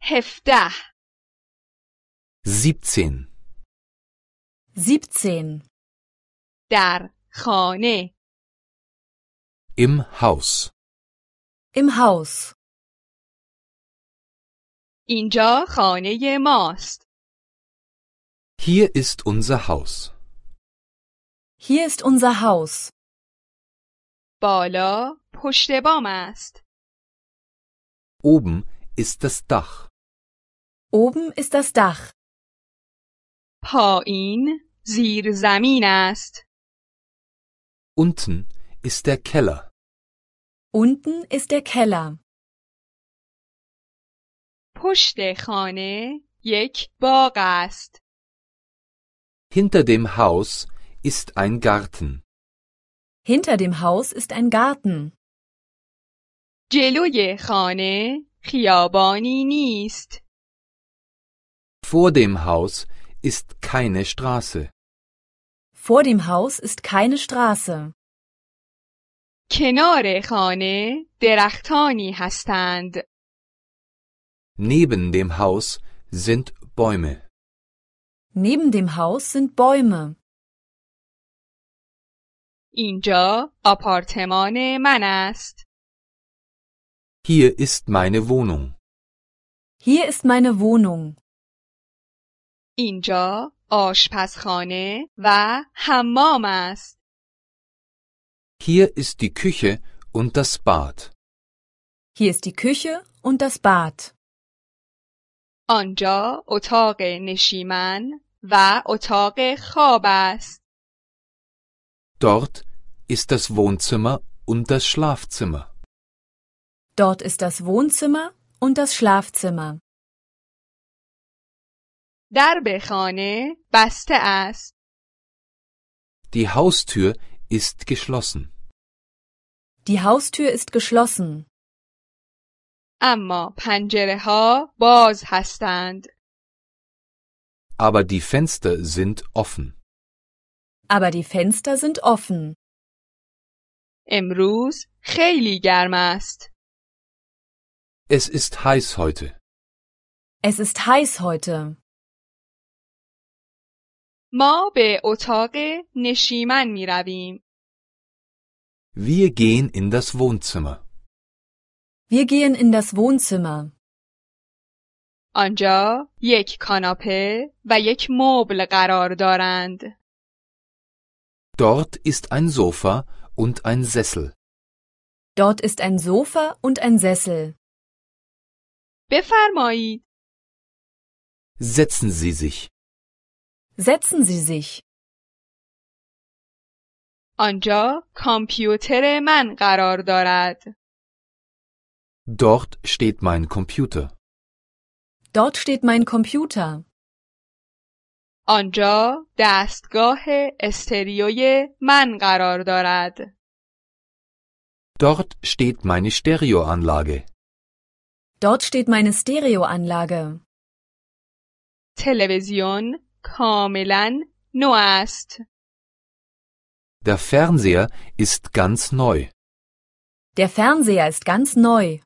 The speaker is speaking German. hefta. 17. 17. در خانه Im Haus. Im Haus. اینجا خانه ماست. Hier ist unser Haus. Hier ist unser Haus. بالا پشت بام است. Oben ist das Dach. Oben ist das Dach. پایین زیر زمین است. Unten ist der Keller. Unten ist der Keller. پشت خانه یک باغ است. Hinter dem Haus ist ein Garten. Hinter dem Haus ist ein Garten. جلوی خانه خیابانی نیست. Vor dem Haus ist keine Straße. Vor dem Haus ist keine Straße. کنار خانه درختانی هستند. Neben dem Haus sind Bäume. Neben dem Haus sind Bäume. اینجا آپارتمان من است. Hier ist meine Wohnung. Hier ist meine Wohnung. اینجا آشپزخانه و حمام است. Hier ist die Küche und das Bad. Hier ist die Küche und das Bad. آنجا اتاق نشیمن و اتاق خواب است. Dort ist das Wohnzimmer und das Schlafzimmer. Dort ist das Wohnzimmer und das Schlafzimmer. درب خانه بسته است. Die Haustür ist geschlossen. Die Haustür ist geschlossen. اما پنجره ها باز هستند. Aber die Fenster sind offen. Aber die Fenster sind offen. امروز خیلی گرم است. Es ist heiß heute. Es ist heiß heute. ما به اتاق نشیمن می رویم. Wir gehen in das Wohnzimmer. Wir gehen in das Wohnzimmer. آنجا یک کاناپه و یک مبل قرار دارند. Dort ist ein Sofa und ein Sessel. Dort ist ein Sofa und ein Sessel. بفرمایید. Setzen Sie sich. Setzen Sie sich. آنجا کامپیوتر من قرار دارد. Dort steht mein Computer. Dort steht mein Computer. آنجا دستگاه استریوی من قرار دارد. Dort steht meine Stereoanlage. Dort steht meine Stereoanlage. تلویزیون کاملا نو است. Der Fernseher ist ganz neu. Der Fernseher ist ganz neu.